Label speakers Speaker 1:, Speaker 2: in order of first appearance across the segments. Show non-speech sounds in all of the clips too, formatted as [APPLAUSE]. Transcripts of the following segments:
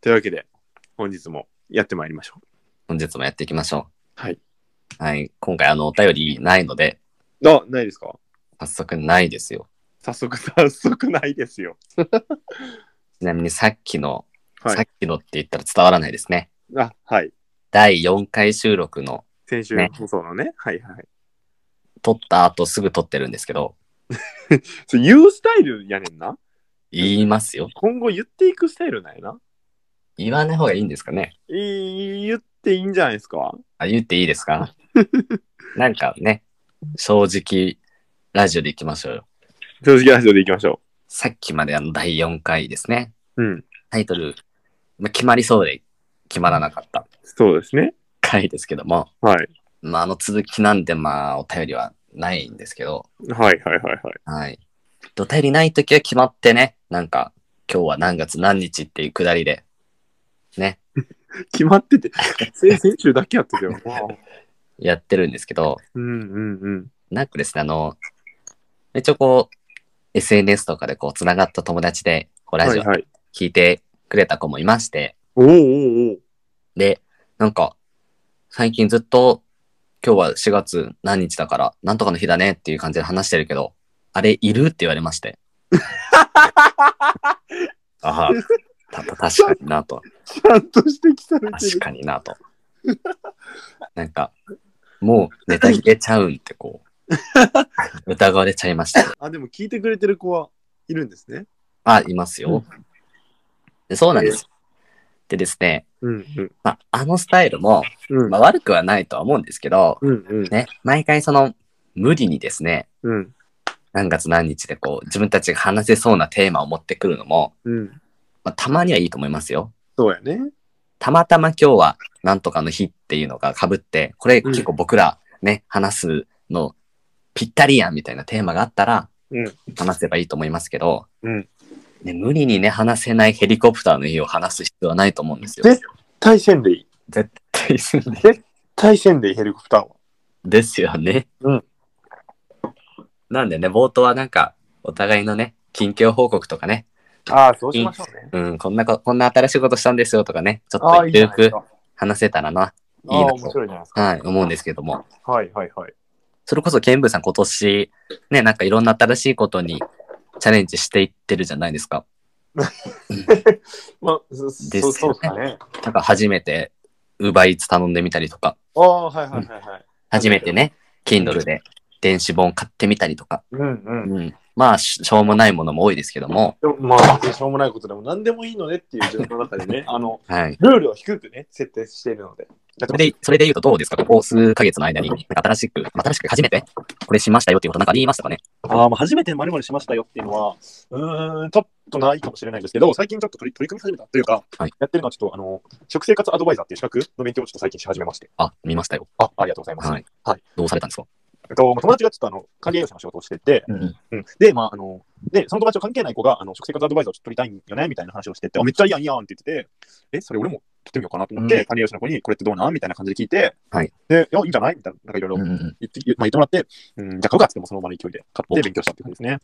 Speaker 1: というわけで、本日もやってまいりましょう。
Speaker 2: 本日もやっていきましょ
Speaker 1: はい。
Speaker 2: う。はい。今回、あの、お便りないので、
Speaker 1: あ、ないですか
Speaker 2: 早速ないですよ。
Speaker 1: 早速、早速ないですよ。
Speaker 2: ちなみにさっきの、
Speaker 1: は
Speaker 2: さっ
Speaker 1: い。
Speaker 2: きのって言ったら伝わらないですね。
Speaker 1: あ、はい。
Speaker 2: 第4回収録の
Speaker 1: 先週
Speaker 2: ね
Speaker 1: の放送のね。はいはい。
Speaker 2: 撮った後すぐ撮ってるんですけど、
Speaker 1: それ言うスタイルやねんな。
Speaker 2: 言いますよ。
Speaker 1: 今後言っていくスタイルなんやな。
Speaker 2: 言わない方がいいんですかね。
Speaker 1: い言っていいんじゃないですか
Speaker 2: あ、言っていいで
Speaker 1: [LAUGHS]
Speaker 2: すかなんかね、正直、ラジオで行きましょうよ。
Speaker 1: 正直ラジオでいきましょ
Speaker 2: さっきまであの第4回ですね。
Speaker 1: う。うん。
Speaker 2: タイトル、まあ、決まりそうで決まらなかった
Speaker 1: そうですね。
Speaker 2: 回ですけども、
Speaker 1: はい。
Speaker 2: まあ、あの続きなんで、まあ、お便りはないんですけど、
Speaker 1: はいはいはいはい。
Speaker 2: はい。お便りないときは決まってね、なんか、今日は何月何日っていうくだりで、ね、
Speaker 1: 決まって [LAUGHS] て、先先週だけやったけど。
Speaker 2: やってるんですけど、
Speaker 1: [LAUGHS] うんうんうん。
Speaker 2: なんかですね、あの、めっちゃこう、SNS とかでこう、つながった友達で、こう、ラ
Speaker 1: は
Speaker 2: ジ
Speaker 1: い
Speaker 2: オ
Speaker 1: はい。
Speaker 2: 聞いてくれた子もいまして、
Speaker 1: おおおお
Speaker 2: で、なんか、最近ずっと、今日は4月何日だから、なんとかの日だねっていう感じで話してるけど、あれいるって言われまして。 [LAUGHS] ああ、た、た、確かになと。
Speaker 1: ちゃんと指摘されて
Speaker 2: 確
Speaker 1: る。
Speaker 2: かになと。なんか、もうネタ切れちゃうんってこ [LAUGHS] う、疑われちゃいました。
Speaker 1: あ、でも聞いてくれてる子はいるんですね。
Speaker 2: あ、いますよ。でそうなんです。でですね、
Speaker 1: うんうん。
Speaker 2: まあ、あのスタイルも、
Speaker 1: うん
Speaker 2: まあ、悪くはないとは思うんですけど、
Speaker 1: うんうん
Speaker 2: ね、毎回その、無理にですね、
Speaker 1: うん
Speaker 2: 何月何日でこう、自分たちが話せそうなテーマを持ってくるのも、
Speaker 1: うん。
Speaker 2: まあ、たまにはいいと思いますよ。
Speaker 1: そうやね。
Speaker 2: たまたま今日はなんとかの日っていうのが被って、これ結構僕らね、話すのぴったりやんみたいなテーマがあったら
Speaker 1: うん、
Speaker 2: 話せばいいと思いますけど、
Speaker 1: うん
Speaker 2: ね、無理にね、話せないヘリコプターの日を話す必要はないと思うんですよ。
Speaker 1: 絶対せんでいい。
Speaker 2: 絶対すんで。
Speaker 1: 対せんでいいヘリコプターは。
Speaker 2: ですよね。
Speaker 1: うん
Speaker 2: なんでね、冒頭はなんか、お互いのね、近況報告とかね、
Speaker 1: ああ、そう
Speaker 2: しましょ
Speaker 1: うね。
Speaker 2: うん、こんなこ、こんな新しいことしたんですよとかね、ちょっ
Speaker 1: ああ、
Speaker 2: と
Speaker 1: いいじゃ
Speaker 2: ゆ
Speaker 1: ないです
Speaker 2: く
Speaker 1: か。
Speaker 2: 話せたらな、
Speaker 1: ああ、
Speaker 2: いいなと
Speaker 1: 面白いじゃないですか。
Speaker 2: はい、思うんですけども。
Speaker 1: はいはいはい。
Speaker 2: それこそケンブーさん今年、ね、なんかいろんな新しいことにチャレンジしていってるじゃないですか。
Speaker 1: [LAUGHS] まあ、そ
Speaker 2: です
Speaker 1: そ
Speaker 2: よね
Speaker 1: そうですかね。
Speaker 2: なんか初めて、ウーバーイーツ頼んでみたりとか、
Speaker 1: ああ、はいはいはいはい。
Speaker 2: 初めてね、Kindle で電子本買ってみたりとか、
Speaker 1: うんう。
Speaker 2: うんん。まあ、ししょうもないものも多いですけども、
Speaker 1: でもまあ、しょうもないことでも何でもいいのねっていう自分の中でね、あの、
Speaker 2: はい。
Speaker 1: ルールを低くね、設定しているので。だ
Speaker 2: それで、それで言うとどうですかここ数ヶ月の間に、なんか新しく、新しく初めて、これしましたよっていうことなんかありましたかね
Speaker 1: ああ、まあ、初めて〇〇しましたよっていうのは、うーん、ちょっとないかもしれないんですけど、最近ちょっと取り取り組み始めたというか、
Speaker 2: はい
Speaker 1: やってるのはちょっと、あの、食生活アドバイザーっていう資格の勉強をちょっと最近し始めまして。
Speaker 2: あ、見ましたよ。
Speaker 1: あ、ありがとうございます。
Speaker 2: はい。
Speaker 1: はい。
Speaker 2: どうされたんですか
Speaker 1: えっと、まあ友達がちょっとあの、管理栄養士の仕事をしてて、
Speaker 2: うん。
Speaker 1: うん、で、まあ、あの、で、その友達と関係ない子が、あの、食生活アドバイザーをちょっと取りたいんよね、みたいな話をしてて、あ、めっちゃいいやん、いいやんって言ってて、え、それ俺も取ってみようかなと思って、
Speaker 2: うん
Speaker 1: 管理栄養士の子に、これってどうなんみたいな感じで聞いて、
Speaker 2: はい。
Speaker 1: で、いや、いいんじゃないみたいな、なんかいろいろ
Speaker 2: うんうんうん。
Speaker 1: 言って、まあ、言ってもらって、うん、じゃあ買うかっつってもその場の勢いで買って勉強したっていう感じですね。
Speaker 2: あれ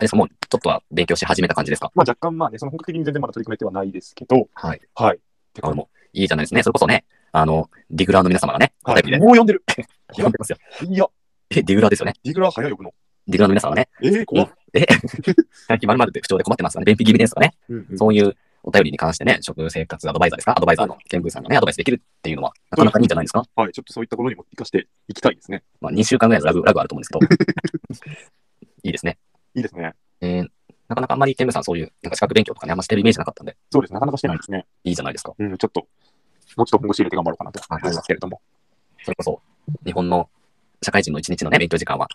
Speaker 2: ですかもう、ちょっとは勉強し始めた感じですか
Speaker 1: まあ、若干まあね、その本格的に全然まだ取り組めてはないですけど、
Speaker 2: はい。
Speaker 1: はい。って
Speaker 2: あ
Speaker 1: か
Speaker 2: れも、いいじゃないですね。それこそね、あの、ディグラーの皆様がね、お
Speaker 1: はい、
Speaker 2: 便
Speaker 1: も
Speaker 2: りで、 [LAUGHS]
Speaker 1: う [LAUGHS] 読んでる。
Speaker 2: 読んでますよ。
Speaker 1: いや、
Speaker 2: え、ディグラーですよね。
Speaker 1: ディグラー早いよ、この。
Speaker 2: ディグラーの皆様がね、
Speaker 1: えー、怖っ。
Speaker 2: え、最近まるって不調で困ってますかね、便秘気味ですとかね、
Speaker 1: うんうん
Speaker 2: そういうお便りに関してね、食生活アドバイザーですかアドバイザーの健文さんがね、アドバイスできるっていうのは、なかなかいいんじゃないですか
Speaker 1: はい、ちょっとそういったことにも生かしていきたいですね。
Speaker 2: まあ、2週間ぐらいのラグ、ラグあると思うんですけ [LAUGHS] ど。いいですね。
Speaker 1: いいですね。
Speaker 2: えー、なかなかあんまりケンブさんそういう、なんか資格勉強とかね、あんましてるイメージなかったんで、
Speaker 1: そうですね、なかなかしてないですね。
Speaker 2: いいじゃないですか。
Speaker 1: うん、ちょっと、もうちょっと本腰入れて頑張ろうかなと
Speaker 2: はい
Speaker 1: 思いますけれども。
Speaker 2: それこそ、日本の社会人の1日のね、勉強時間は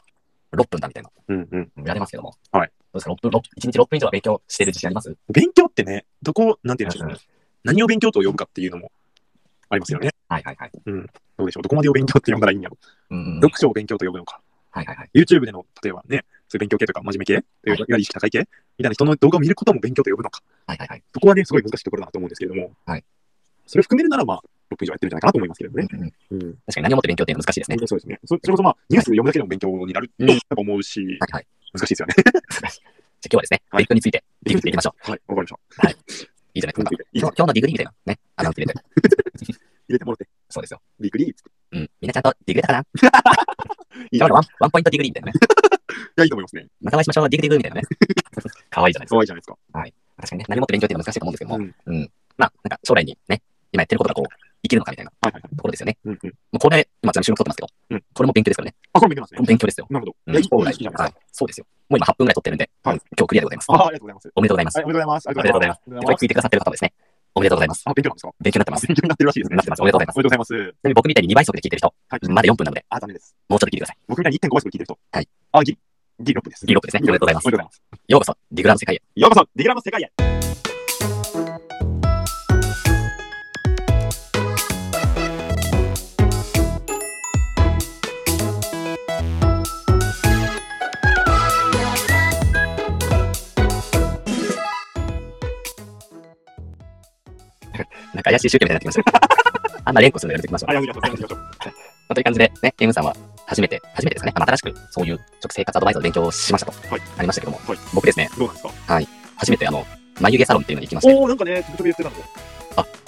Speaker 2: 6分だみたいな、
Speaker 1: うんうん。
Speaker 2: 見られますけども。
Speaker 1: はい。
Speaker 2: どうですか、6分、六1日6分以上は勉強してる自信あります
Speaker 1: 勉強ってね、どこ、なんていうんでしょう
Speaker 2: うん
Speaker 1: ね。何を勉強と呼ぶかっていうのもありますよね。
Speaker 2: はいはいはい。
Speaker 1: どうでしょう。どこまでを勉強って呼んだらいいんやろ。
Speaker 2: うんうん。
Speaker 1: 読書を勉強と呼ぶのか。
Speaker 2: はいはいはい。
Speaker 1: YouTube での、例えばね、そういう勉強系とか真面目系、といういわゆる意識高い系みたいな人の動画を見ることも勉強と呼ぶのか。
Speaker 2: はいはいはい。
Speaker 1: そこはね、すごい難しいところだなと思うんですけれども、
Speaker 2: はい、
Speaker 1: それを含めるなら、まあ、6分以上やってるんじゃないかなと思いますけれどね。
Speaker 2: うんうん
Speaker 1: うん、
Speaker 2: 確かに何をもって勉強っていうのは難しいですね。
Speaker 1: そうですね。そそれこそ、まあ、ニュース読むだけでも勉強になる
Speaker 2: うん
Speaker 1: とやっぱ思うし、
Speaker 2: はいはい。
Speaker 1: 難しいですよね。
Speaker 2: じゃあ今日はですね、
Speaker 1: はい
Speaker 2: 勉強について、
Speaker 1: 勉強
Speaker 2: 勉
Speaker 1: について
Speaker 2: 強についていきましょう。
Speaker 1: はい、わかりました。
Speaker 2: いいじゃないですか。
Speaker 1: いい
Speaker 2: 今日今日のディグリーみたいな。ね。アナウンス入れて。
Speaker 1: 入れてもらって、
Speaker 2: そうですよ。
Speaker 1: ビクリーっつって。
Speaker 2: うん。みんなちゃんとディグれたかない
Speaker 1: い
Speaker 2: 今
Speaker 1: な
Speaker 2: のワンワンポイントディグリーみたいなね。
Speaker 1: いや、いいと思いますね。
Speaker 2: またお会いしましょう。ディグディグみたいなね。
Speaker 1: [LAUGHS]
Speaker 2: かわいいじゃないです
Speaker 1: 可
Speaker 2: か。
Speaker 1: 愛いじゃないですか。
Speaker 2: 確かにね。何もって勉強っていうのは難しいと思うんですけども。
Speaker 1: うん
Speaker 2: うん。まあ、なんか将来にね、今やってることがこう、生きるのかみたいな
Speaker 1: はいはいはい。
Speaker 2: ところですよね。
Speaker 1: うんうん。
Speaker 2: もうこれ、今ちなみに収録撮ってますけ
Speaker 1: う
Speaker 2: ど、
Speaker 1: ん
Speaker 2: これも勉強ですからね。
Speaker 1: あ、これ見てます
Speaker 2: これ
Speaker 1: ね
Speaker 2: も。勉強ですよ。
Speaker 1: なるほど。
Speaker 2: うん
Speaker 1: いや、いい
Speaker 2: 将
Speaker 1: いい
Speaker 2: 来
Speaker 1: じゃないです
Speaker 2: は
Speaker 1: か。
Speaker 2: い。そうですよ。もう今8分ぐらい撮ってるんで、
Speaker 1: はい
Speaker 2: うん今日クリアでございます。
Speaker 1: あありがとうございます。
Speaker 2: おめでとうございます。
Speaker 1: はいおめでとうございます。あ
Speaker 2: ありがとうございます。
Speaker 1: ありがとうございま
Speaker 2: これ
Speaker 1: す
Speaker 2: 聞いてくださってる方もですね。おめでとうございます。
Speaker 1: あ、勉強なんですか
Speaker 2: 勉強になってます。ち
Speaker 1: 勉強になってるらしいですね。
Speaker 2: なってますおめでとうございます
Speaker 1: おめでとうございます。
Speaker 2: なみに僕みたいに2倍速で聞いてる人、
Speaker 1: はい。
Speaker 2: まだ4分なので、
Speaker 1: あ、ダメです。
Speaker 2: もうちょっと聞いてください。
Speaker 1: 僕みたいに1.5倍速で聞いてる人。
Speaker 2: はい。
Speaker 1: あ、ギリ、ギリ6分です。
Speaker 2: ギリ六分ですねおめでとうございます
Speaker 1: おめでとうございます。
Speaker 2: ようこそ、ディグラの世界へ。
Speaker 1: ようこそ、ディグラの世界へ。
Speaker 2: なんか怪しい宗教みたいになってきました。あんま連呼するのやめてきましょう。
Speaker 1: あ、やめてくださいやめてください
Speaker 2: まあという感じで、ね、ゲームさんは初めて、初めてですかね、まあ、新しくそういう食生活アドバイザーの勉強をしましたと、
Speaker 1: はい
Speaker 2: ありましたけども、
Speaker 1: はい
Speaker 2: 僕ですね、
Speaker 1: どうなんですか
Speaker 2: 初めてあの、眉毛サロンっていうのに行きまして、
Speaker 1: おー、なんかね、ちょびちょび言ってたの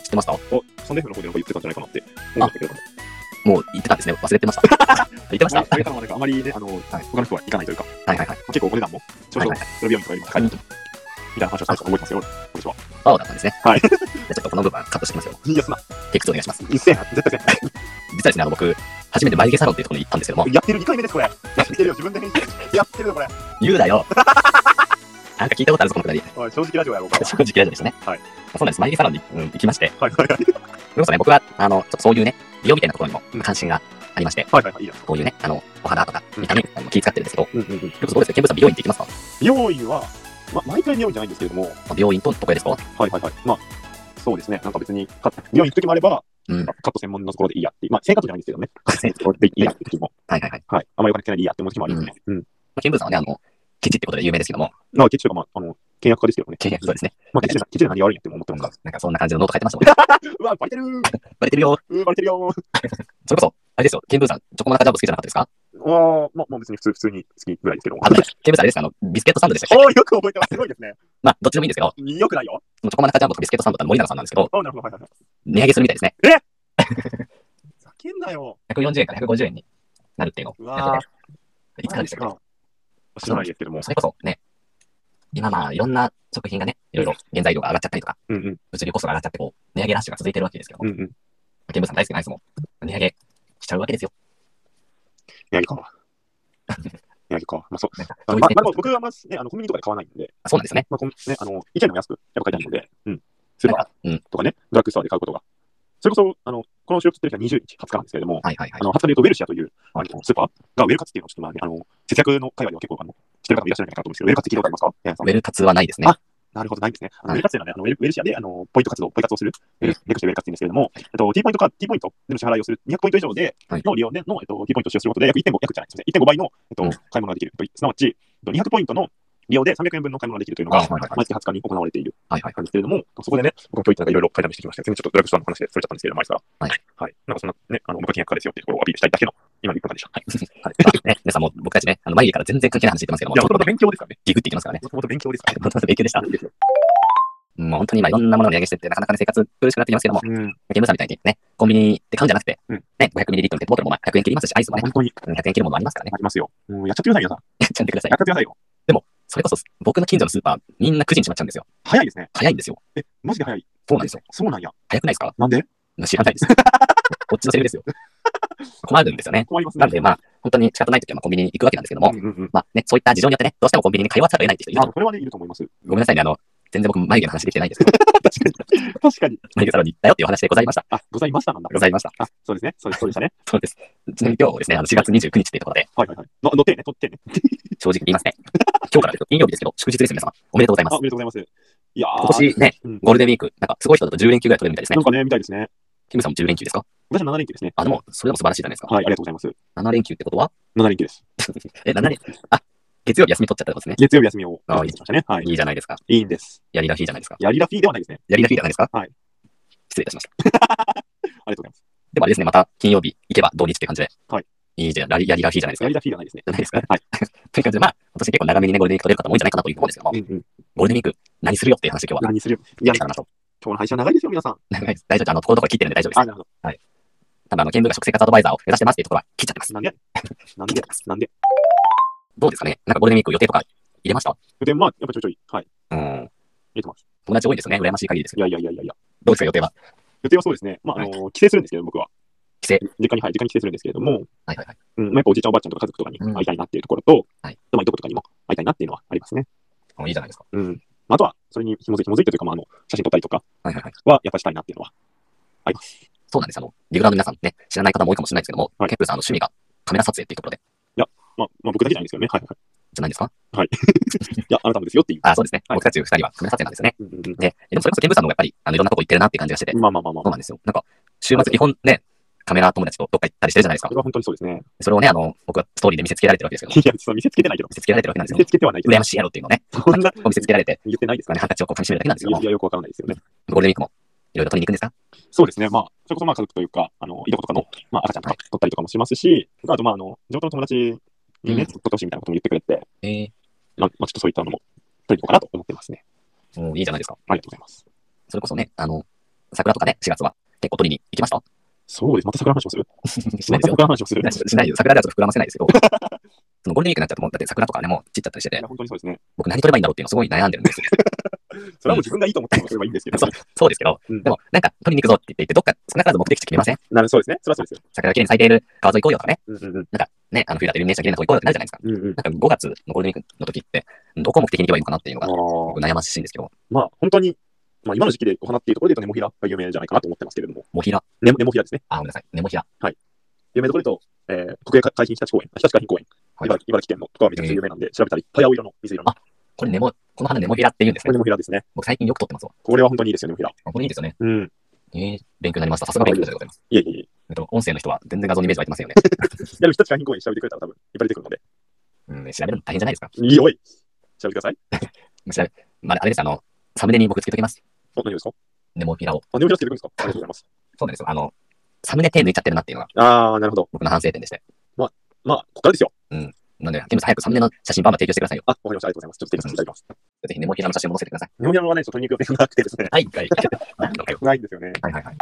Speaker 2: 知ってました
Speaker 1: お、サンデーフの方でなんか言ってたんじゃないかなって思ったけど。
Speaker 2: もう言ってたんですね、忘れてました。 [LAUGHS] 言ってました
Speaker 1: [LAUGHS] あ
Speaker 2: はい
Speaker 1: れからはなんかあまりね、あの、他の人は行かないというか、ま
Speaker 2: はいはい。
Speaker 1: あ結構お値段も、少々、その病院とかよりも高いみたいな話をした人覚えてますよ。私は。
Speaker 2: 青だったんですね。
Speaker 1: はい
Speaker 2: [LAUGHS] じゃあちょっとこの部分はカットしてきますよ。
Speaker 1: いや、そんな、
Speaker 2: テイク2お願いします。
Speaker 1: 1000円、絶対1000円。
Speaker 2: 実はですね、あの、僕、初めて眉毛サロンっていうところに行ったんですけども、
Speaker 1: やってる2回目です、これ。やってるよ、自分で編集して。やってるよ、これ。
Speaker 2: 言うだよなんか聞いたことあるぞ、このくだり。 [LAUGHS]
Speaker 1: おい正直ラジオやろうか。
Speaker 2: 正直ラジオでしたね。
Speaker 1: はい
Speaker 2: そうなんです、眉毛サロンに、うん行きまして、
Speaker 1: はいはいはい。
Speaker 2: それこそね、僕は、あの、ちょっとそういうね、美容みたいなところにも関心がありまして、
Speaker 1: はいはいはい、いいや。
Speaker 2: こういうね、あの、お肌とか、見た目とかにも気遣ってるんですけど、
Speaker 1: うんうんうん。
Speaker 2: よくどうですか、ケンブさん、美容院って行きますか
Speaker 1: 美容院は、ま、毎回美容院じゃないんですけれども、
Speaker 2: 美容院と床屋で
Speaker 1: [LAUGHS]
Speaker 2: すか
Speaker 1: はいはいはい。まあ、そうですね。なんか別に、カット美容院行くときもあれば、
Speaker 2: うん
Speaker 1: カット専門のところでいいやって、まあ、生活じゃないんですけどね。生活でいいやって時も、
Speaker 2: はいはいは
Speaker 1: [LAUGHS]
Speaker 2: い。
Speaker 1: はい。あんまりお金つけないでいいやって思う時もありますね。うん。
Speaker 2: まあ、ケンブさんはね、あの、ケチってことで有名ですけども、
Speaker 1: まあ、結局、まあ、あの、契約家ですけどね。
Speaker 2: 契約そうですね。
Speaker 1: まあ、ケチでケチで何が悪いんやって思ってますか
Speaker 2: なんかそんな感じのノート書いてました
Speaker 1: [LAUGHS]
Speaker 2: もんね。
Speaker 1: ら。うわ、バレてるー
Speaker 2: バレてるよ。
Speaker 1: うーバレてるよー
Speaker 2: それこそ、あれですよ、ケンブさん、チョコモナカジャンボ好きじゃなかったですか
Speaker 1: ああ、まあ、まあ別に普通、普通に好きぐらいですけども。
Speaker 2: あとね、ケンブさんあれですかあの、ビスケットサンドでしたっけ
Speaker 1: おー、よく覚えてます。すごいですね。
Speaker 2: まあ、どっちでもいいんですけど、
Speaker 1: よくないよ。
Speaker 2: そのチョコモナカジャンボとビスケットサンドって森永さんなんですけど、
Speaker 1: あなるほど、はいはいはい。
Speaker 2: 値上げするみたいですね。
Speaker 1: ふざけんなよ。
Speaker 2: 140円から150円になるっていうのを
Speaker 1: う
Speaker 2: やって
Speaker 1: わ
Speaker 2: て
Speaker 1: ー
Speaker 2: いつからでしたっけ
Speaker 1: 知らないですけども
Speaker 2: そ。れこそね、今まあ、いろんな食品がね、いろいろ原材料が上がっちゃったりとか、
Speaker 1: うんうん。
Speaker 2: 物流コストが上がっちゃって、こう、値上げラッシュが続いてるわけですけども
Speaker 1: う、んうん。
Speaker 2: ケンブさん大好きなアイスも、値上げしちゃうわけですよ。
Speaker 1: やりか。やりか。まあ、そう。
Speaker 2: なんか
Speaker 1: まあ
Speaker 2: どういう
Speaker 1: ま
Speaker 2: ね
Speaker 1: あ、まあ僕はまあ、ね、あのコンビニとかで買わないんで、
Speaker 2: そうなんですよね。
Speaker 1: まあ、こんね、あの、意見でも安く、やっぱ買いたいので、うん。スーパ
Speaker 2: うん
Speaker 1: ーとかね、ドラッグストアで買うことが。それこそ、あの、この収録してる日は20日、20日なんですけれども、
Speaker 2: はいはいはい
Speaker 1: あ。の、20日で言うとウェルシアという、あ
Speaker 2: はい
Speaker 1: の、スーパーがウェルカツっていうのをちょっとまあ、ね、あの、節約の界隈では結構、あの、してる方もいらっしゃるんじゃないかなと思うんですけど、ウェルカツって聞いたことありますか皆さん
Speaker 2: ウェル活はないですね。
Speaker 1: あなるほど、ないんですね。あのウェルカツというのはね、あのウェルウェルシアで、あの、ポイント活動、ポイ活をする、
Speaker 2: うん
Speaker 1: レクシーウェルカツって言うんですけれども、えっと、T ポイントか、T ポイントでの支払いをする、200ポイント以上で、
Speaker 2: はい
Speaker 1: の利用での、えっと、T ポイントを使用することで、約1.5、約じゃない、すみません、1.5倍の、えっと、
Speaker 2: うん
Speaker 1: 買い物ができる。えっとすなわち、えっと200ポイントの利用で300円分の買い物ができるというの
Speaker 2: あ
Speaker 1: が
Speaker 2: はいはい、
Speaker 1: 毎月20日に行われている
Speaker 2: はいはい [LAUGHS]
Speaker 1: んですけれども、そこでね、僕も今日なんかいろいろ買いだめしてきましたけど、ちょっとドラッグストアの話でそれちゃったんですけれども、前から。
Speaker 2: はい。
Speaker 1: はい。なんかそんなね、あの、僕は金額家ですよっていうところをアピールしたいだけの、今の1分間でした。はい。
Speaker 2: まあ [LAUGHS] ね、皆さんも僕たちね、あの眉毛から全然関係ない話してますけども、
Speaker 1: いや、
Speaker 2: ち
Speaker 1: もとも
Speaker 2: ょっと
Speaker 1: と勉強ですからね。
Speaker 2: ギグっていきますからね。
Speaker 1: もともと勉強
Speaker 2: [LAUGHS]
Speaker 1: ですからね。
Speaker 2: 本当に勉強でし
Speaker 1: い
Speaker 2: た。
Speaker 1: いですよ
Speaker 2: もう本当に今いろんなものを値上げしてって、なかなかね、生活苦しくなってきますけども、
Speaker 1: うん。
Speaker 2: ゲームさんみたいにね、コンビニで買うんじゃなくて、
Speaker 1: うん
Speaker 2: ね、500ml のペットボトルもまあ100円切りますし、アイスもね、
Speaker 1: 本当に
Speaker 2: うん100円切るものありますからね、
Speaker 1: ありますよ。うん、やっちゃってください、皆さん。
Speaker 2: やっ [LAUGHS] ちゃってください
Speaker 1: やっ。ちゃってくださいよ。
Speaker 2: それこそ僕の近所のスーパー、みんな9時に閉まっちゃうんですよ。
Speaker 1: 早いですね。
Speaker 2: 早いんですよ。
Speaker 1: え、マジで早い。
Speaker 2: そうなんですよ。
Speaker 1: そうなんや。
Speaker 2: 早くないですか
Speaker 1: なんで
Speaker 2: 知らない [LAUGHS] です。こっちのセリフですよ。困るんですよね。
Speaker 1: 困りますね。
Speaker 2: なんでまあ、本当に仕方ない時はまあコンビニに行くわけなんですけども、
Speaker 1: うんうんうん。
Speaker 2: まあね、そういった事情によってね、どうしてもコンビニに通わざるを得ないって人いる
Speaker 1: ま
Speaker 2: と
Speaker 1: あ、これはね、いると思います。
Speaker 2: ごめんなさいね、あの、全然僕、眉毛の話できてないんですけど、
Speaker 1: 確かに。
Speaker 2: 眉毛サロンに行ったよっていうお話でございました。
Speaker 1: あ、ございましたなんだ。
Speaker 2: ございました。
Speaker 1: あ、そうですね。そうですそうでしたね。
Speaker 2: そうです。ちなみに今日ですね、あの4月29日っていうところで、
Speaker 1: はいはいはい。の乗ってね、乗ってね。
Speaker 2: 正直言いますね。今日から金曜日ですけど、祝日ですよ、皆様。おめでとうございま
Speaker 1: あ、
Speaker 2: す
Speaker 1: お。めでとうございます。いやー
Speaker 2: 今年ね、
Speaker 1: うん
Speaker 2: ゴールデンウィーク、なんかすごい人だと10連休ぐらい取れるみたいです
Speaker 1: な
Speaker 2: ね
Speaker 1: ん。かね、みたいですね。
Speaker 2: キムさんも10連休ですか
Speaker 1: 私は7連休ですね。
Speaker 2: あ、でも、それでも素晴らしいじゃないですか。
Speaker 1: はい、ありがとうございます。
Speaker 2: 7連休ってことは
Speaker 1: 7連休です。
Speaker 2: え、7連休あ、月曜日休み取っちゃったってことですね。
Speaker 1: 月曜日休みを。
Speaker 2: あいい
Speaker 1: しましたね。はい。
Speaker 2: いいじゃないですか。
Speaker 1: いいんです。
Speaker 2: やりらしいじゃないですか。
Speaker 1: やりラフィーではないですね。
Speaker 2: やりらしいじゃないですか。
Speaker 1: はい。
Speaker 2: 失礼いたしました。
Speaker 1: ありがとうございます。
Speaker 2: でもあれですね、また金曜日行けば土日って感じで。
Speaker 1: はい。
Speaker 2: いいじゃん、やりやりらしいじゃないですか。
Speaker 1: や
Speaker 2: じ
Speaker 1: りラフィーではないですね。
Speaker 2: ゃないですか。
Speaker 1: はい。
Speaker 2: という感じで、まあ、今年結構長めにね、ゴールデンウィーク取れる方も多いんじゃないかなというふうに思うんですけども、
Speaker 1: うんうん。
Speaker 2: ゴールデンウィーク何するよっていう話で今日は
Speaker 1: 何するいや
Speaker 2: したいなと
Speaker 1: 今日の配信は長いですよ、皆さん。
Speaker 2: [LAUGHS] 長いです大丈夫です。あの、ところどころ切ってるんで大丈夫です。
Speaker 1: あ、なるほど。
Speaker 2: 多分、あの、見聞が食生活アドバイザーを目指してますっていうところは切っちゃってます。
Speaker 1: なんでなんでなんで
Speaker 2: どうですかねなんかゴールデンウィーク予定とか入れました
Speaker 1: で、まあ、やっぱちょいちょい、はい、
Speaker 2: うん。
Speaker 1: 入れてます。
Speaker 2: 友達多いですね。羨ましい限りです
Speaker 1: い。やいやいやいやいや。
Speaker 2: どうですか、予定は。
Speaker 1: 予定はそうですね。まあ、あの帰省するんですけど、僕は。
Speaker 2: 帰省
Speaker 1: 実家に、はい、実家に帰省するんですけれども、
Speaker 2: はいはいはい。
Speaker 1: うん、まあやっぱおじいちゃん、おばあちゃんとか家族とかに会いたいなっていうところと、
Speaker 2: はい
Speaker 1: まあ、いとことかにも会いたいなっていうのはありますね。
Speaker 2: もういいじゃないですか。
Speaker 1: うん。あとは、それに紐づい紐づいてというか、まあ、あの、写真撮ったりとか
Speaker 2: はいはいはい。
Speaker 1: は、やっぱしたいなっていうのは。
Speaker 2: そうなんです。あの、リグラーの皆さんね、知らない方も多いかもしれないですけども、
Speaker 1: はい
Speaker 2: ケンプーさん、あの、趣味がカメラ撮影っていうところで、
Speaker 1: まあ、まあ、僕だけじゃないんですけどね。はいはい
Speaker 2: じゃないですか
Speaker 1: はい。いや、あなたもですよっていう。
Speaker 2: あ、そうですね。
Speaker 1: はい
Speaker 2: 僕たち二人はカメラ撮影なんですよね。
Speaker 1: うんうん
Speaker 2: で、でもそれこそケンプーさんの方がやっぱり、あの、いろんなとこ行ってるなっていう感じがしてて、
Speaker 1: うん。まあまあまあまあ。
Speaker 2: そうなんですよ。なんか、週末基本ね、カメラ友達とどっか行ったりしてるじゃないですか
Speaker 1: それ。は本当にそうですね。
Speaker 2: それをね、あの、僕はストーリーで見せつけられてるわけですけど、
Speaker 1: いや、その見せつけてないけど
Speaker 2: 見。せつけられてるわけなんです
Speaker 1: 見
Speaker 2: よ
Speaker 1: せ。つけてはないけど
Speaker 2: 羨。ましいやろっていうのをね、
Speaker 1: そんな
Speaker 2: 見せつけられて、
Speaker 1: 言ってないです
Speaker 2: お
Speaker 1: かね。
Speaker 2: 金形をこう噛み締めるだけなんです
Speaker 1: い
Speaker 2: けど
Speaker 1: や
Speaker 2: も
Speaker 1: い、や、よくわからないですよね。
Speaker 2: ゴールデンウィークもいろいろ取りに行くんですか
Speaker 1: そうですね。まあ、それこそまあ家族というか、あの、いとことかの、まあ赤ちゃんとか撮ったりとかもしますし、あとまあ、あの、地元の友達に
Speaker 2: うん
Speaker 1: ね、撮ってほしいみたいなことも言ってくれて、
Speaker 2: ええ
Speaker 1: まあ、まあちょっとそういったのも撮りに行こうかなと思ってますね。
Speaker 2: もういいじゃないですか。
Speaker 1: ありがとうございます。
Speaker 2: それこそね、あの、桜とかね、4月は結構取りに行きました
Speaker 1: そうです。また桜の話をする
Speaker 2: しな
Speaker 1: ま
Speaker 2: いで
Speaker 1: た
Speaker 2: す [LAUGHS] よ
Speaker 1: 桜。の話をする
Speaker 2: しないよ。桜ではちょっと膨らませないですけど、 [LAUGHS] そのゴールデンウィークになっちゃうともう、だって桜とかね、もう散っちゃったり
Speaker 1: い
Speaker 2: してて
Speaker 1: や、、本当にそうですね。
Speaker 2: 僕何撮ればいいんだろうっていうのすごい悩んでるんですよ。。
Speaker 1: それはもう自分がいいと思ってもらえばいいんですけど
Speaker 2: [LAUGHS] そうですけど、
Speaker 1: うん
Speaker 2: でもなんか撮りに行くぞって言って、どっか少なからず目的地決めません
Speaker 1: なるそうですね。それはそうですよ。
Speaker 2: 桜が綺麗に咲いている川沿い行こうよとかね、
Speaker 1: うんうんうん
Speaker 2: ね、あの冬だとイルミネーション綺麗なとこ行こうよってなるじゃないですか。
Speaker 1: うんうん。
Speaker 2: なんか5月のゴールデンウィークの時って、どこを目的に行けばいいのかなっていうの
Speaker 1: あ
Speaker 2: が、
Speaker 1: ー
Speaker 2: 僕悩ましいんですけど、
Speaker 1: まあ、本当に、まあ、今の時期でお花っていうところで言うと、ネモフィラが有名じゃないかなと思ってますけれども、
Speaker 2: モヒラ、
Speaker 1: ネモネモフィラですね。
Speaker 2: あ、ごめんなさい、ネモヒラ。
Speaker 1: 有名どころで言うと、えー、国営海浜日立公園、日立海浜公園、
Speaker 2: はい
Speaker 1: 茨城茨城県のとかはめちゃくちゃ有名なんで、調べたらいっぱい青色の水色の。
Speaker 2: あこれネモ、この花ネモヒラって言うんです
Speaker 1: これ
Speaker 2: ね
Speaker 1: ネ。モフィラですね。
Speaker 2: 僕最近よく撮ってますわ。
Speaker 1: これは本当にいいですよね、ネモフィラ。
Speaker 2: あこれいいですよね。
Speaker 1: うん。
Speaker 2: えー、勉強になりました。さすが勉強でございます。
Speaker 1: いえいえいえ。い
Speaker 2: えっと、音声の人は全然画像のイメージ湧いてませんよ
Speaker 1: [LAUGHS]
Speaker 2: ね。
Speaker 1: や、でも日立海浜公園調べてくれたら多分、いっぱい出てくるので。
Speaker 2: うん、調べるの大変じゃないですか。
Speaker 1: いいおい調べてください。
Speaker 2: 調べ、まあ、あれです、あの、サムネに僕つけときます。
Speaker 1: お、何ですか
Speaker 2: ネモフィラを。
Speaker 1: あ、ネモフィラつけてくるんですかありがとうございます。
Speaker 2: そうなんですよ。あの、サムネ手抜いちゃってるなっていうのが
Speaker 1: あー、なるほど。
Speaker 2: 僕の反省点でして。
Speaker 1: まあ、ここからですよ。
Speaker 2: なので、ケムさん早くサムネの写真バンバン提供してくださいよ。
Speaker 1: あ、わかりました。ありがとうございます。ちょっと提供させていただきます。
Speaker 2: ぜひネモフィラの写真も載せてください。
Speaker 1: ネモフィラはね、ちょっと鶏肉がなくてですね。
Speaker 2: はい、 [LAUGHS] はい。なんだよ
Speaker 1: ないんですよね。
Speaker 2: はい、はい、はい。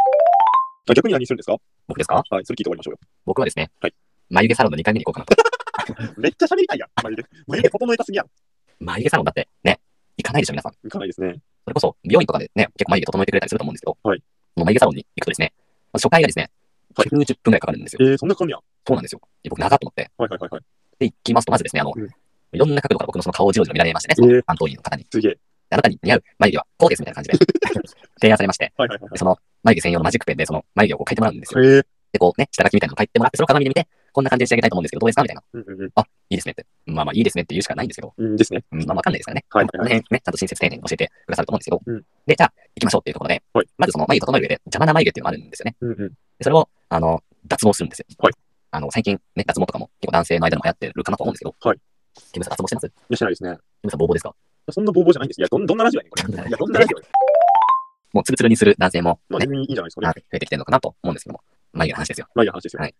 Speaker 1: じゃあ逆に何するんですか
Speaker 2: 僕ですか
Speaker 1: はい、それ聞いて終わりましょう
Speaker 2: 僕はですね、
Speaker 1: はい
Speaker 2: 眉毛サロンの2回目に行こうかなと。
Speaker 1: よ。めっちゃ喋りたいやん。眉毛、眉毛整えたすぎやん。
Speaker 2: 眉毛サロンだってね、行かないでしょ、皆さん。
Speaker 1: いかないですね。
Speaker 2: それこそ、美容院とかでね、結構眉毛整えてくれたりすると思うんですけど、
Speaker 1: はい
Speaker 2: その眉毛サロンに行くとですね、まず初回がですね、
Speaker 1: はい
Speaker 2: 90分くらいかかるんですよ。
Speaker 1: えー、そんな感じやん。
Speaker 2: そうなんですよ。で僕、長っと思って。
Speaker 1: はいはいはいはい。
Speaker 2: で、行きますと、まずですね、あの、
Speaker 1: うん
Speaker 2: いろんな角度から僕のその顔をじろじろ見られましてね、
Speaker 1: えー
Speaker 2: 担当員の方に。
Speaker 1: すげえ。
Speaker 2: あなたに似合う眉毛はこうですみたいな感じで [LAUGHS] 提案されまして、
Speaker 1: はいはいはい
Speaker 2: でその眉毛専用のマジックペンでその眉毛をこう描いてもらうんですよ。
Speaker 1: はい。えー、
Speaker 2: で、こうね、下書きみたいなのを書いてもらって、それを鏡で見て、こんな感じで仕上げたいと思うんですけど、どうですかみたいな。
Speaker 1: うんうんうん
Speaker 2: いいですねって。まあまあ、いいですねって言うしかないんですけど、
Speaker 1: うんですね。
Speaker 2: うん、まあわかんないですからね。
Speaker 1: はい
Speaker 2: この辺ね、ちゃんと親切丁寧に教えてくださると思うんですけど、
Speaker 1: うん
Speaker 2: で、じゃあ、行きましょうっていうところで、
Speaker 1: はい
Speaker 2: まずその眉毛整える上で邪魔な眉毛っていうのがあるんですよね。
Speaker 1: うんうん。
Speaker 2: でそれを、あの、脱毛するんですよ。
Speaker 1: はい
Speaker 2: あの、最近ね、脱毛とかも結構男性の間でも流行ってるかなと思うんですけど、
Speaker 1: はい。
Speaker 2: キムさん脱毛してますキ
Speaker 1: いや、しないですね。
Speaker 2: ムさんボーボーですか
Speaker 1: そんなボーボーじゃないんです。いや、どんどんなラジオやねん、こ
Speaker 2: どんなラ
Speaker 1: れ。
Speaker 2: ジオ
Speaker 1: いや、どんなラジオやねん
Speaker 2: もうツルツルにする男性も、
Speaker 1: まあ、
Speaker 2: ね、
Speaker 1: 全然いいじゃないですかね
Speaker 2: あ。増えてきてるのかなと思うんですけども、眉毛の話ですよ。
Speaker 1: まあ、いい話ですよ。
Speaker 2: はい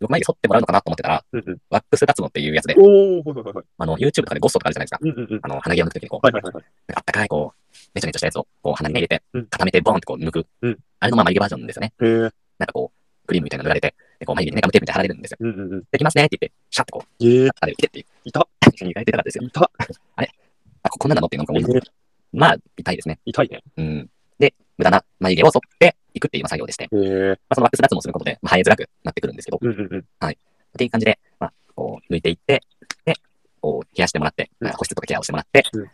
Speaker 2: 僕眉毛剃ってもらうのかなと思ってたら、
Speaker 1: うんうん。
Speaker 2: ワックス脱毛っていうやつで、
Speaker 1: おー、はいはいはいはい。
Speaker 2: あの、YouTube とかでゴストとかあるじゃないですか。
Speaker 1: うんうんうん。
Speaker 2: あの、鼻毛を抜くときにこう、
Speaker 1: はいはいはいはい。
Speaker 2: なんかあったかいこう、めちゃめちゃしたやつをこう鼻にね入れて
Speaker 1: うん、
Speaker 2: 固めてボーンってこう抜く。
Speaker 1: うん
Speaker 2: あれのまあ眉毛バージョンですよね。
Speaker 1: えー、
Speaker 2: なんかこう、クリームみたいなの塗られて、でこう眉毛にね、ガムテープみたいなの貼られるんですよ。
Speaker 1: うんうんうん。
Speaker 2: できますねって言って、シャッとこう、
Speaker 1: えー、
Speaker 2: あれを切ってっていう。
Speaker 1: いた、
Speaker 2: 意外と痛かったですよ。
Speaker 1: いた、
Speaker 2: あ、ここんななのっていうの
Speaker 1: え
Speaker 2: が多いんで
Speaker 1: ー
Speaker 2: すけど、まあ、痛いですね。
Speaker 1: 痛いね。
Speaker 2: うん。で、無駄な眉毛を剃っていくっていう今作業でして、
Speaker 1: えー、
Speaker 2: まあ、そのワックス脱毛することで、まあ、生えづらくなってくるんですけど、っ
Speaker 1: うんうんうん。
Speaker 2: ていう感じで、まあ、こう、抜いていって、で、こう、冷やしてもらって、
Speaker 1: うん
Speaker 2: まあ、保湿とかケアをしてもらって
Speaker 1: うん、
Speaker 2: で、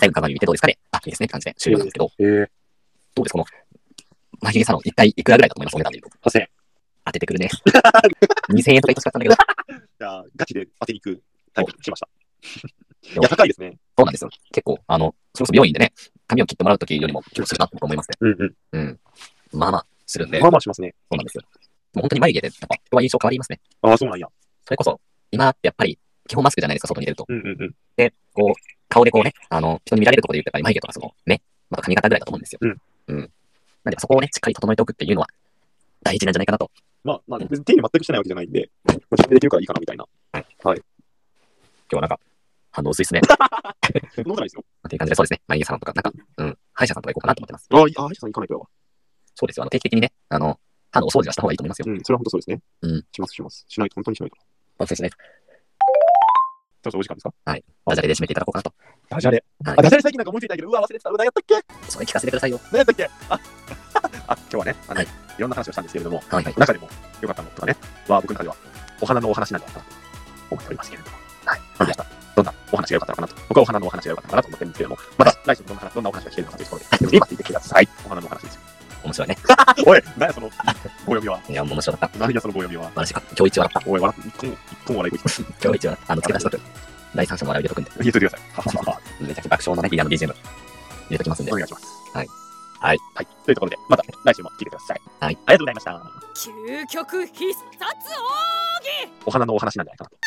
Speaker 2: 最後鏡見てどうですかね、あ、いいですねって感じで終了なんですけど、
Speaker 1: えー、
Speaker 2: どうですこの、眉毛サロン一体いくらぐらいだと思いますお値段で言うと。
Speaker 1: 8000円。
Speaker 2: 当てて
Speaker 1: [LAUGHS]
Speaker 2: くるね。2000円とか言ってほしかったんだけど、
Speaker 1: じゃあ、ガチで当てに行くタイプにしました。いや、高いですね。
Speaker 2: そうなんですよ。結構、あの、それこそ美容院でね、髪を切ってもらうときよりも結構するなと思いますね。
Speaker 1: うんうん。
Speaker 2: うん。まあまあ、するんで、そ
Speaker 1: まあまあしますね。
Speaker 2: うなんですよ。もう本当に眉毛で、やっぱ、人は印象変わりますね。
Speaker 1: ああ、そうなんや。
Speaker 2: それこそ、今ってやっぱり、基本マスクじゃないですか、外に出ると。
Speaker 1: うんうんうん。
Speaker 2: で、こう、顔でこうね、あの、人に見られるところで言うと、やっぱり眉毛とかその、目、また髪型ぐらいだと思うんですよ。
Speaker 1: うん。
Speaker 2: うん。なんで、そこをね、しっかり整えておくっていうのは、大事なんじゃないかなと。
Speaker 1: まあ、まあ、別に手入れ全くしてないわけじゃないんで、まあ、自分でできるからいいかなみたいな。
Speaker 2: 今日はなんか、反応薄い [LAUGHS] ですね。
Speaker 1: そんなことないですよ。
Speaker 2: っていう感じで、そうですね。まあ、家さんとか、なんか、うん、歯医者さんとか行こうかなと思ってます。
Speaker 1: ああ、いあ歯医者さん行かないとやわ。
Speaker 2: そうですよ。あの、定期的にね、あの、歯のお掃除はした方がいいと思いますよ。
Speaker 1: うん、それは本当そうですね。
Speaker 2: うん。
Speaker 1: します、します。しないと、本当にしないと。
Speaker 2: まあ、そうですね。
Speaker 1: そうそう、お時間ですか
Speaker 2: ダジャレで締めていただこうかなと。
Speaker 1: ダジャレ。
Speaker 2: はい
Speaker 1: あ、ダジャレ最近なんか思いついたけど、うわ、忘れてた。うわ何やったっけ
Speaker 2: それ聞かせてくださいよ。
Speaker 1: 何やったっけ [LAUGHS] ああ、今日はね、あの、
Speaker 2: はい
Speaker 1: い、ろんな話をしたんですけれども、
Speaker 2: はいはい。
Speaker 1: 中でも良かったのとかね、は僕の中ではお花のお話なんだなと思っておりますけれども、はい、どうでしたどんなお話が良かったのかなと、僕はお花のお話が良かったのかなと思ってるんですけれども、また来週もどんな話どんなお話が聞けるのかというところで、今聞いてください。お花のお話ですよ。
Speaker 2: 面白いね。
Speaker 1: おい、何やその棒読みは。
Speaker 2: いや、もう面白かった。
Speaker 1: 何やその棒読みは。
Speaker 2: マジか。今日一は、
Speaker 1: おい、笑って、一本、一本笑い声聞こ
Speaker 2: [LAUGHS] 今日一は、あの、付け足しとく。第三者の笑い入れとくんで、
Speaker 1: えて。言っといてください。はははは
Speaker 2: [LAUGHS] めちゃくちゃ爆笑のね、リーダーの BGM 入れときますんで
Speaker 1: お。願いします。
Speaker 2: はい。はい。
Speaker 1: はい。というところで、また来週も聞いてください。
Speaker 2: はい。
Speaker 1: ありがとうございました。
Speaker 3: 究極必殺王
Speaker 1: お花のお話なんじゃないかなと。